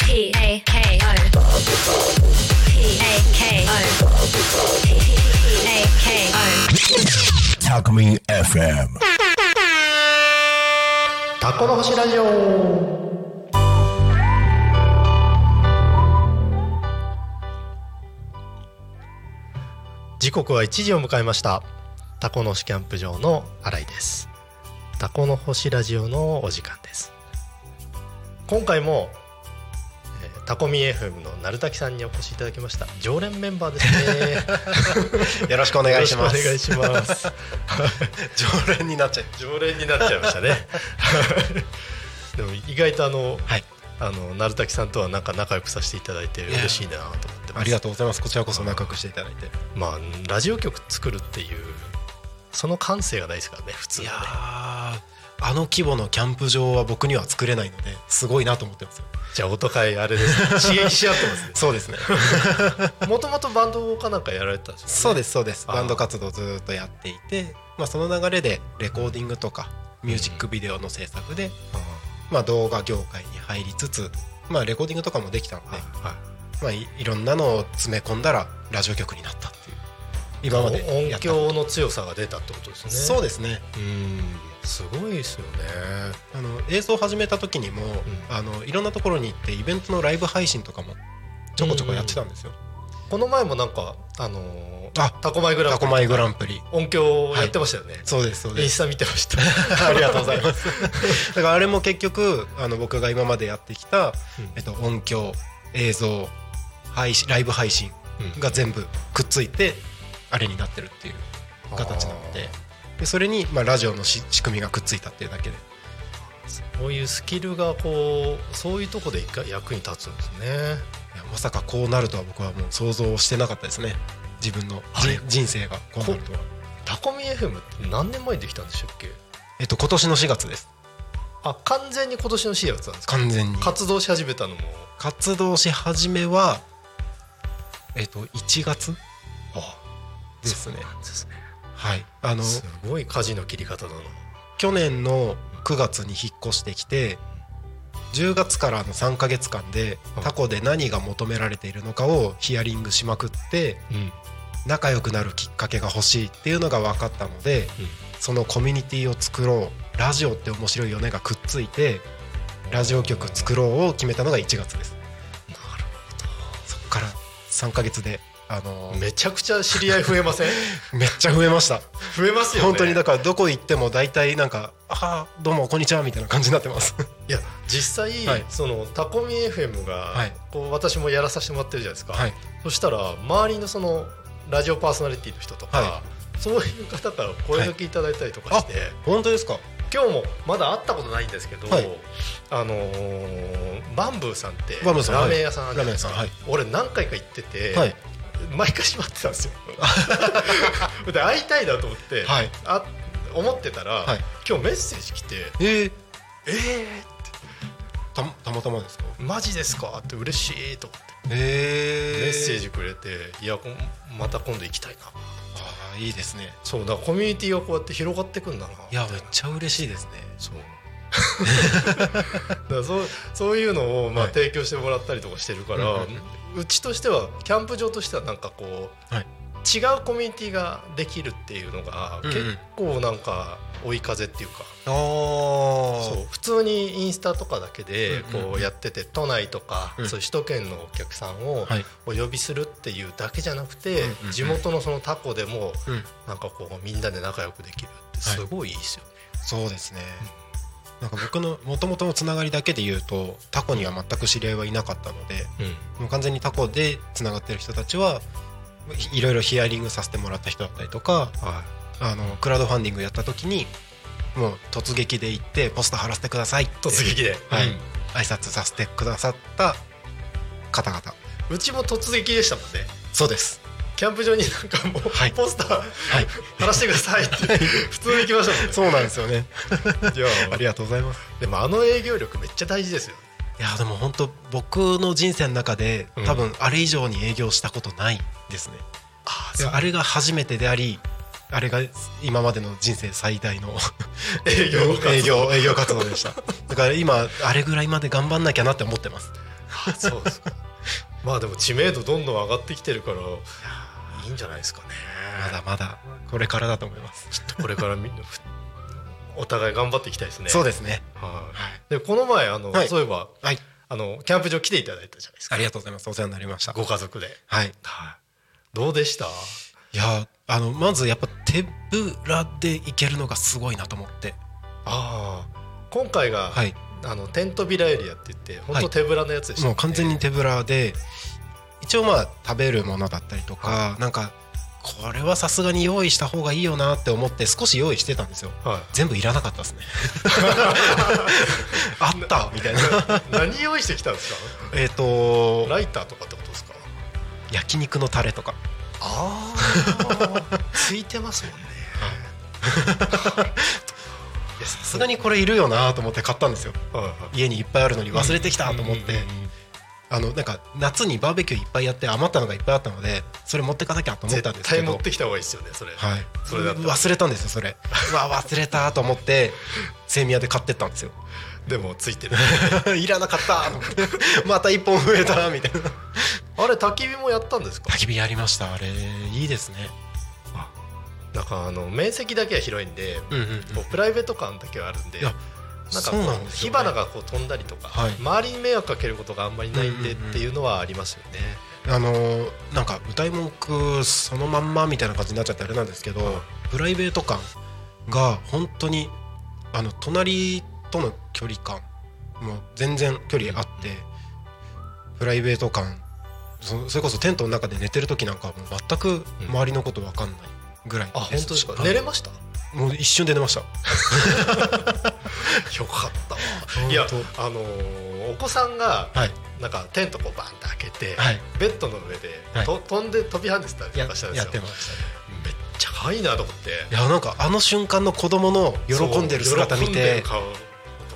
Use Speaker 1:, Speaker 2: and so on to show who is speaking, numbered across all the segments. Speaker 1: P A K O. P A K O. P A K O.
Speaker 2: タクミン FM
Speaker 3: タコの星ラジオ時刻は1時を迎えましたタコの星キャンプ場の新井ですタコの星ラジオのお時間です今回も、えータコミ FM の鳴滝さんにお越しいただきました常連メンバーですね
Speaker 4: よろ しくお願いします。
Speaker 3: よろしくお願いします
Speaker 4: 常連になっちゃいまし
Speaker 3: 常連になっちゃいま したねでも意外とあの、あの鳴滝さんとはなんか仲良くさせていただいて嬉しいなと思って
Speaker 4: た。
Speaker 3: ます
Speaker 4: ありがとうございます。こちらこそ仲良くしていただいて。
Speaker 3: まあラジオ局作るっていうその感性がないですからね普通
Speaker 4: い
Speaker 3: は
Speaker 4: やー
Speaker 3: ね
Speaker 4: あの規模のキャンプ場は僕には作れないので、すごいなと思ってますよ。
Speaker 3: じゃあ音会あれですね 刺激し合ってますね
Speaker 4: そうですね。
Speaker 3: もともとバンドかなんかやられてたんです
Speaker 4: そうですそうです。
Speaker 3: あー
Speaker 4: バンド活動をずーっとやっていて、まあその流れでレコーディングとかミュージックビデオの制作で、
Speaker 3: よね
Speaker 4: まあ動画業界に入りつつ、まあレコーディングとかもできたので、まあいいろんなのを詰め込んだらラジオ局になったっていう。今まで
Speaker 3: は
Speaker 4: や
Speaker 3: い、音
Speaker 4: った
Speaker 3: 響の強さが出たってことですね
Speaker 4: そうですね。
Speaker 3: うんすごいですよね
Speaker 4: あの映像を始めた時にも、
Speaker 3: ん
Speaker 4: あのいろんなところに行ってイベントのライブ配信とかもちょこちょこやってたんですよ。
Speaker 3: この前もなんかあのー
Speaker 4: あ
Speaker 3: タコマイグラ
Speaker 4: タ
Speaker 3: ンプ
Speaker 4: コ
Speaker 3: リ
Speaker 4: マイグランプリ。
Speaker 3: 音響やってましたよね、
Speaker 4: そうですそう
Speaker 3: イ
Speaker 4: で
Speaker 3: ン
Speaker 4: す。
Speaker 3: スタ見てました
Speaker 4: ありがとうございます。だからあれも結局あの僕が今までやってきた、
Speaker 3: うん
Speaker 4: えっと音響、映像、配信ライブ配信
Speaker 3: うん
Speaker 4: が全部くっついてあれになってるっていう形なので、でそれにまあラジオのし仕組みがくっついたっていうだけで。
Speaker 3: こういうスキルがこうそういうとこで一回役に立つんですね
Speaker 4: いやまさかこうなるとは僕はもう想像してなかったですね自分のじ
Speaker 3: はい
Speaker 4: 人生がこうなるとは
Speaker 3: タコミ FM って何年前にできたんでしたっけ
Speaker 4: えっと今年の4月です
Speaker 3: あ完全に今年の4月なんですか
Speaker 4: 完全に
Speaker 3: 活動し始めたのも
Speaker 4: 活動し始めはえっと1月ですねはいあの
Speaker 3: すごい舵の切り方だな
Speaker 4: 去年の9月に引っ越してきて10月からの3ヶ月間で
Speaker 3: うん
Speaker 4: タコで何が求められているのかをヒアリングしまくって
Speaker 3: うん
Speaker 4: 仲良くなるきっかけが欲しいっていうのが分かったので、そのコミュニティを作ろうラジオって面白いよねがくっついてラジオ局作ろうを決めたのが1月です
Speaker 3: なる
Speaker 4: そこから3ヶ月であの
Speaker 3: ほ
Speaker 4: ー
Speaker 3: ど
Speaker 4: め
Speaker 3: めちゃくちゃ知り合い増えま せん
Speaker 4: っちゃ増えました
Speaker 3: 増えますよね
Speaker 4: 本当にだからどこ行っても大体なんか「ああどうもこんにちは」みたいな感じになってます
Speaker 3: いや実際、
Speaker 4: はい
Speaker 3: そのタコミ FM が、
Speaker 4: はい
Speaker 3: こう私もやらさせてもらってるじゃないですか、
Speaker 4: はい
Speaker 3: そしたら周りのそのラジオパーソナリティの人とか、
Speaker 4: は
Speaker 3: そういう方からお声掛けいただいたりとかして、
Speaker 4: 本当ですか
Speaker 3: 今日もまだ会ったことないんですけど、
Speaker 4: はい
Speaker 3: あのーバンブーさんって
Speaker 4: バンブーさん
Speaker 3: ラ
Speaker 4: はい
Speaker 3: ーメン屋さんあるじゃないですか、
Speaker 4: ラーメン屋
Speaker 3: 俺何回か行ってて、
Speaker 4: はい
Speaker 3: 毎回閉まってたん ですよで会いたいなと思って、
Speaker 4: はい
Speaker 3: あ思ってたら、
Speaker 4: はい
Speaker 3: 今日メッセージ来て
Speaker 4: えー、
Speaker 3: 「えー、
Speaker 4: たたまたまですか
Speaker 3: マジですか?」って嬉しいと思って
Speaker 4: え
Speaker 3: メ
Speaker 4: ー、
Speaker 3: ッセージくれて「いやこんまた今度行きたいな
Speaker 4: ああいいですね」
Speaker 3: そうだからコミュニティがこうやって広がってくんだない
Speaker 4: やめっちゃ嬉しいですね
Speaker 3: そうだからそうそういうのをまあ
Speaker 4: はい
Speaker 3: 提供してもらったりとかしてるから、
Speaker 4: うん
Speaker 3: うちとしてはキャンプ場としてはなんかこう、
Speaker 4: はい
Speaker 3: 違うコミュニティができるっていうのが
Speaker 4: うんうん
Speaker 3: 結構なんか追い風っていうか、
Speaker 4: ああ
Speaker 3: そう普通にインスタとかだけで
Speaker 4: うんうんうん
Speaker 3: こうやってて都内とか、
Speaker 4: うん
Speaker 3: そういう首都圏のお客さんを
Speaker 4: はい
Speaker 3: お呼びするっていうだけじゃなく
Speaker 4: う
Speaker 3: て、
Speaker 4: んうんうん
Speaker 3: 地元のそのタコでも
Speaker 4: うん
Speaker 3: なんかこうみんなで仲良くできるってすごいいいですよね。
Speaker 4: そうですね、なんか僕のもともとのつながりだけで言うとタコには全く知り合いはいなかったので
Speaker 3: うん
Speaker 4: もう完全にタコでつながってる人たちはいいろいろヒアリングさせてもらった人だったりとか
Speaker 3: はい
Speaker 4: あのクラウドファンディングやった時にもう突撃で行ってポスター貼らせてくださいって
Speaker 3: 突撃で、
Speaker 4: はい
Speaker 3: うん
Speaker 4: 挨拶させてくださった方々
Speaker 3: うちも突撃でしたもんね
Speaker 4: そうです
Speaker 3: キャンプ場になんかもう、
Speaker 4: はい
Speaker 3: ポスター
Speaker 4: はい
Speaker 3: 貼らせてくださいって普通に行きましたもん ね
Speaker 4: そうなんですよね
Speaker 3: いや
Speaker 4: ありがとうございます
Speaker 3: でもあの営業力めっちゃ大事ですよ
Speaker 4: いやでも本当僕の人生の中で
Speaker 3: うん
Speaker 4: 多分あれ以上に営業したことないですね、
Speaker 3: あ
Speaker 4: いやあれが初めてでありあれが今までの人生最大の
Speaker 3: 営業活動
Speaker 4: 営業営業活動でしただから今あれぐらいまで頑張んなきゃなって思ってます
Speaker 3: あそうですかまあでも知名度どんどん上がってきてるからいいんじゃないですかね
Speaker 4: まだまだこれからだと思います、
Speaker 3: ちょっとこ れからみんなふお互い頑張っていきたいですね
Speaker 4: そうですね
Speaker 3: はい
Speaker 4: はい、
Speaker 3: でこの前あの、
Speaker 4: はい
Speaker 3: そういえば
Speaker 4: はい、
Speaker 3: あのキャンプ場来ていただいたじゃないですか
Speaker 4: ありがとうございますお世話になりました
Speaker 3: ご家族で、
Speaker 4: はい
Speaker 3: はい、どうでした
Speaker 4: いやあのまずやっぱ手ぶらで行けるのがすごいなと思って
Speaker 3: ああ今回が、
Speaker 4: はい
Speaker 3: あのテントビラエリアって言って本
Speaker 4: は
Speaker 3: 当
Speaker 4: い
Speaker 3: 手ぶらのやつでした、
Speaker 4: もう完全に手ぶらで一応まあ食べるものだったりとか、なんかこれはさすがに用意した方がいいよなって思って少し用意してたんですよ
Speaker 3: は、
Speaker 4: 全部いらなかったですねあったみたいない
Speaker 3: 何用意してきたんですか
Speaker 4: えっと
Speaker 3: ライターとかってことですか
Speaker 4: 焼肉のタレとか
Speaker 3: ああついてますもんね
Speaker 4: いやさすがにこれいるよなと思って買ったんですよ
Speaker 3: はいはい
Speaker 4: 家にいっぱいあるのに忘れてきたと思って、
Speaker 3: うんうんうん
Speaker 4: あのなんか夏にバーベキューいっぱいやって余ったのがいっぱいあったのでそれ持ってかなきゃと思ったんで
Speaker 3: 絶
Speaker 4: すけ
Speaker 3: 対
Speaker 4: ど
Speaker 3: 持ってきた方がいいですよねそれ、
Speaker 4: はい、
Speaker 3: それだったら
Speaker 4: 忘れたんですよそれうわ忘れたと思ってセミヤで買ってったんですよ
Speaker 3: でもついてる
Speaker 4: いらなか ったと思ってまた一本増えたみたいな
Speaker 3: あれ焚き火もやったんですか
Speaker 4: 焚き火やりましたあれいいですね
Speaker 3: なんかあの面積だけは広いんで、
Speaker 4: うんうん、うん、
Speaker 3: こうプライベート感だけはあるんで
Speaker 4: いや
Speaker 3: なん
Speaker 4: そ
Speaker 3: かこ
Speaker 4: う
Speaker 3: う
Speaker 4: なんです
Speaker 3: 火
Speaker 4: よ、ね、
Speaker 3: 花がこう飛んだりとか、
Speaker 4: はい
Speaker 3: 周りに迷惑かけることがあんまりないんでっていうのはありますよね、
Speaker 4: あのーなんか歌い文句そのまんまみたいな感じになっちゃってあれなんですけど、プライベート感が本当にあの隣との距離感もう全然距離あって、プライベート感そそれこそテントの中で寝てる時なんかはもう全く周りのこと分かんないぐらい
Speaker 3: あ本当ですか
Speaker 4: はい
Speaker 3: 寝れました
Speaker 4: もう一瞬で寝ました
Speaker 3: よかったわ
Speaker 4: 当
Speaker 3: いやあのーお子さんが
Speaker 4: はい
Speaker 3: なんかテントこうバンって開けて、
Speaker 4: はい
Speaker 3: ベッドの上で、
Speaker 4: はい
Speaker 3: と飛んで飛び跳ねてたりと
Speaker 4: や
Speaker 3: かしたんで
Speaker 4: や
Speaker 3: す
Speaker 4: っ
Speaker 3: よ
Speaker 4: てましたね
Speaker 3: めっちゃ可愛いなと思って
Speaker 4: いやなんかあの瞬間の子供の喜んでる姿見
Speaker 3: 喜んで
Speaker 4: て
Speaker 3: る顔と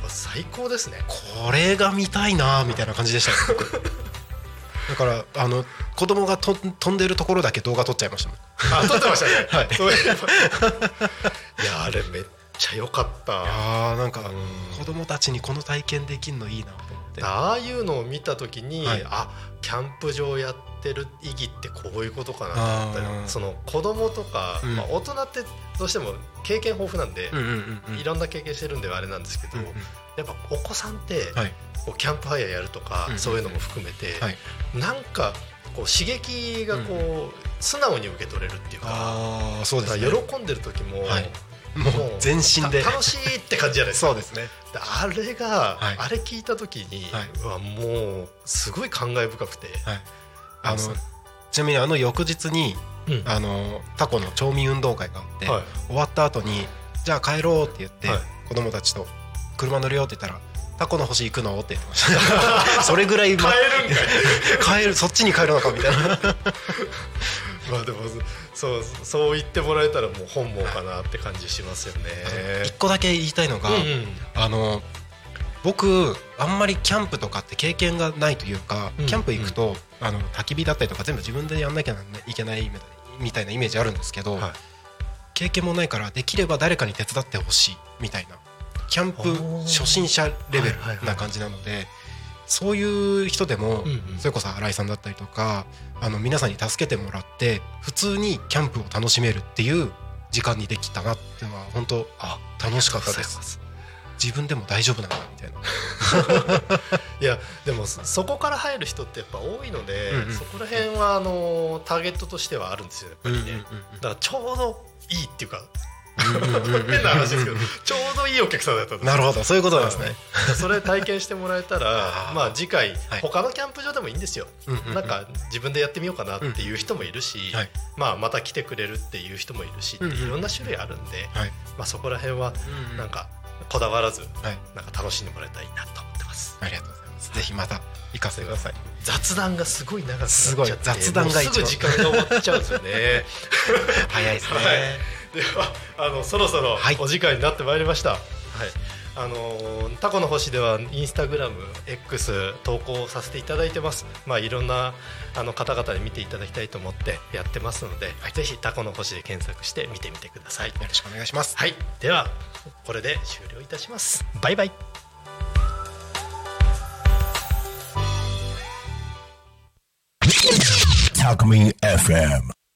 Speaker 3: か最高ですね
Speaker 4: これが見たいなみたいな感じでした ね僕だからあの子供がと飛んでるところだけ動画撮っちゃいましたもん
Speaker 3: あ撮ってましたね
Speaker 4: はい
Speaker 3: そういえばいやあれめっちゃ良かった
Speaker 4: あーなんか子供たちにこの体験できるのいいなと思って
Speaker 3: ああいうのを見た時に、
Speaker 4: はい
Speaker 3: あキャンプ場やってる意義ってこういうことかなと思った
Speaker 4: あー
Speaker 3: りその子供とか、
Speaker 4: うん
Speaker 3: まあ、大人ってどうしても経験豊富なんで
Speaker 4: うん、うんうんうん
Speaker 3: いろんな経験してるんではあれなんですけど、
Speaker 4: うんうん
Speaker 3: やっぱお子さんって、
Speaker 4: はい
Speaker 3: こうキャンプファイヤーやるとか、
Speaker 4: うんうん
Speaker 3: そういうのも含めて、
Speaker 4: はい
Speaker 3: なんかこう刺激がこう、素直に受け取れるっていうか
Speaker 4: ああそうで
Speaker 3: だか
Speaker 4: すね
Speaker 3: ら喜んでる時も、
Speaker 4: はいもう
Speaker 3: もう
Speaker 4: 全身で
Speaker 3: た楽しいって感じじゃないですか
Speaker 4: そうですね
Speaker 3: であれが、
Speaker 4: はい
Speaker 3: あれ聞いた時に、
Speaker 4: はい
Speaker 3: はもうすごい感慨深くて、
Speaker 4: はいあの
Speaker 3: そう
Speaker 4: ちなみにあの翌日に
Speaker 3: うん
Speaker 4: あのタコの町民運動会があって、
Speaker 3: はい
Speaker 4: 終わった後にじゃあ帰ろうって言って、
Speaker 3: はい
Speaker 4: 子供たちと車乗るよって言ったらタコの星行くのって言ってました それぐらい、ま、
Speaker 3: 帰るんかい
Speaker 4: 帰るそっちに帰るのかみたいな
Speaker 3: まあでもそうそう言ってもらえたらもう本望かなって感じしますよね。
Speaker 4: 一個だけ言いたいのが、
Speaker 3: うんうん
Speaker 4: あの僕あんまりキャンプとかって経験がないというか、
Speaker 3: うん
Speaker 4: キャンプ行くと、あの焚き火だったりとか全部自分でやんなきゃいけないみたいなイメージあるんですけど、
Speaker 3: はい
Speaker 4: 経験もないからできれば誰かに手伝ってほしいみたいなキャンプ
Speaker 3: おー
Speaker 4: 初心者レベ
Speaker 3: はいはいはい
Speaker 4: ルな感じなので、そういう人でも、
Speaker 3: うんうん
Speaker 4: それこそ新井さんだったりとかあの皆さんに助けてもらって普通にキャンプを楽しめるっていう時間にできたなっていうのは本当
Speaker 3: あ
Speaker 4: 楽しかった
Speaker 3: そう
Speaker 4: で
Speaker 3: です
Speaker 4: す
Speaker 3: か
Speaker 4: 自分でも大丈夫なんだみたいない
Speaker 3: やでもそそこから入る人ってやっぱ多いので、
Speaker 4: うんうん
Speaker 3: そこら辺はあのーターゲットとしてはあるんですよねやっぱりね、だからちょうどいいっていうか変な話ですけどちょうどいいお客さんだったんで す
Speaker 4: なるほどそういうことなんです
Speaker 3: は
Speaker 4: ね
Speaker 3: いそれ体験してもらえたら
Speaker 4: あー
Speaker 3: まあ次回、
Speaker 4: はい
Speaker 3: 他のキャンプ場でもいいんですよ、
Speaker 4: うんうんうん
Speaker 3: なんか自分でやってみようかなっていう人もいるし、
Speaker 4: はい
Speaker 3: まあ、また来てくれるっていう人もいるし、
Speaker 4: うんうん
Speaker 3: いろんな種類あるんで、
Speaker 4: はい
Speaker 3: まあ、そこら辺は
Speaker 4: うん
Speaker 3: なんかこだわらず
Speaker 4: はい
Speaker 3: なんか楽しんでもらえたらいいなと思ってます。
Speaker 4: ありがとうございますぜひまた行かせてください
Speaker 3: 雑談がすごい長くなっちゃって
Speaker 4: すごい雑談が
Speaker 3: もうすぐ時
Speaker 4: 一
Speaker 3: 間が終わっちゃうんですよね
Speaker 4: 早いですね
Speaker 3: はいではあのそろそろ
Speaker 4: はい
Speaker 3: お時間になってまいりました、はいあのータコの星ではインスタグラム X 投稿させていただいてます、まあ、いろんなあの方々に見ていただきたいと思ってやってますので、ぜひタコの星で検索して見てみてください、
Speaker 4: よろしくお願いします
Speaker 3: はい、ではこれで終了いたしますバイバイ
Speaker 2: Talk Me FM.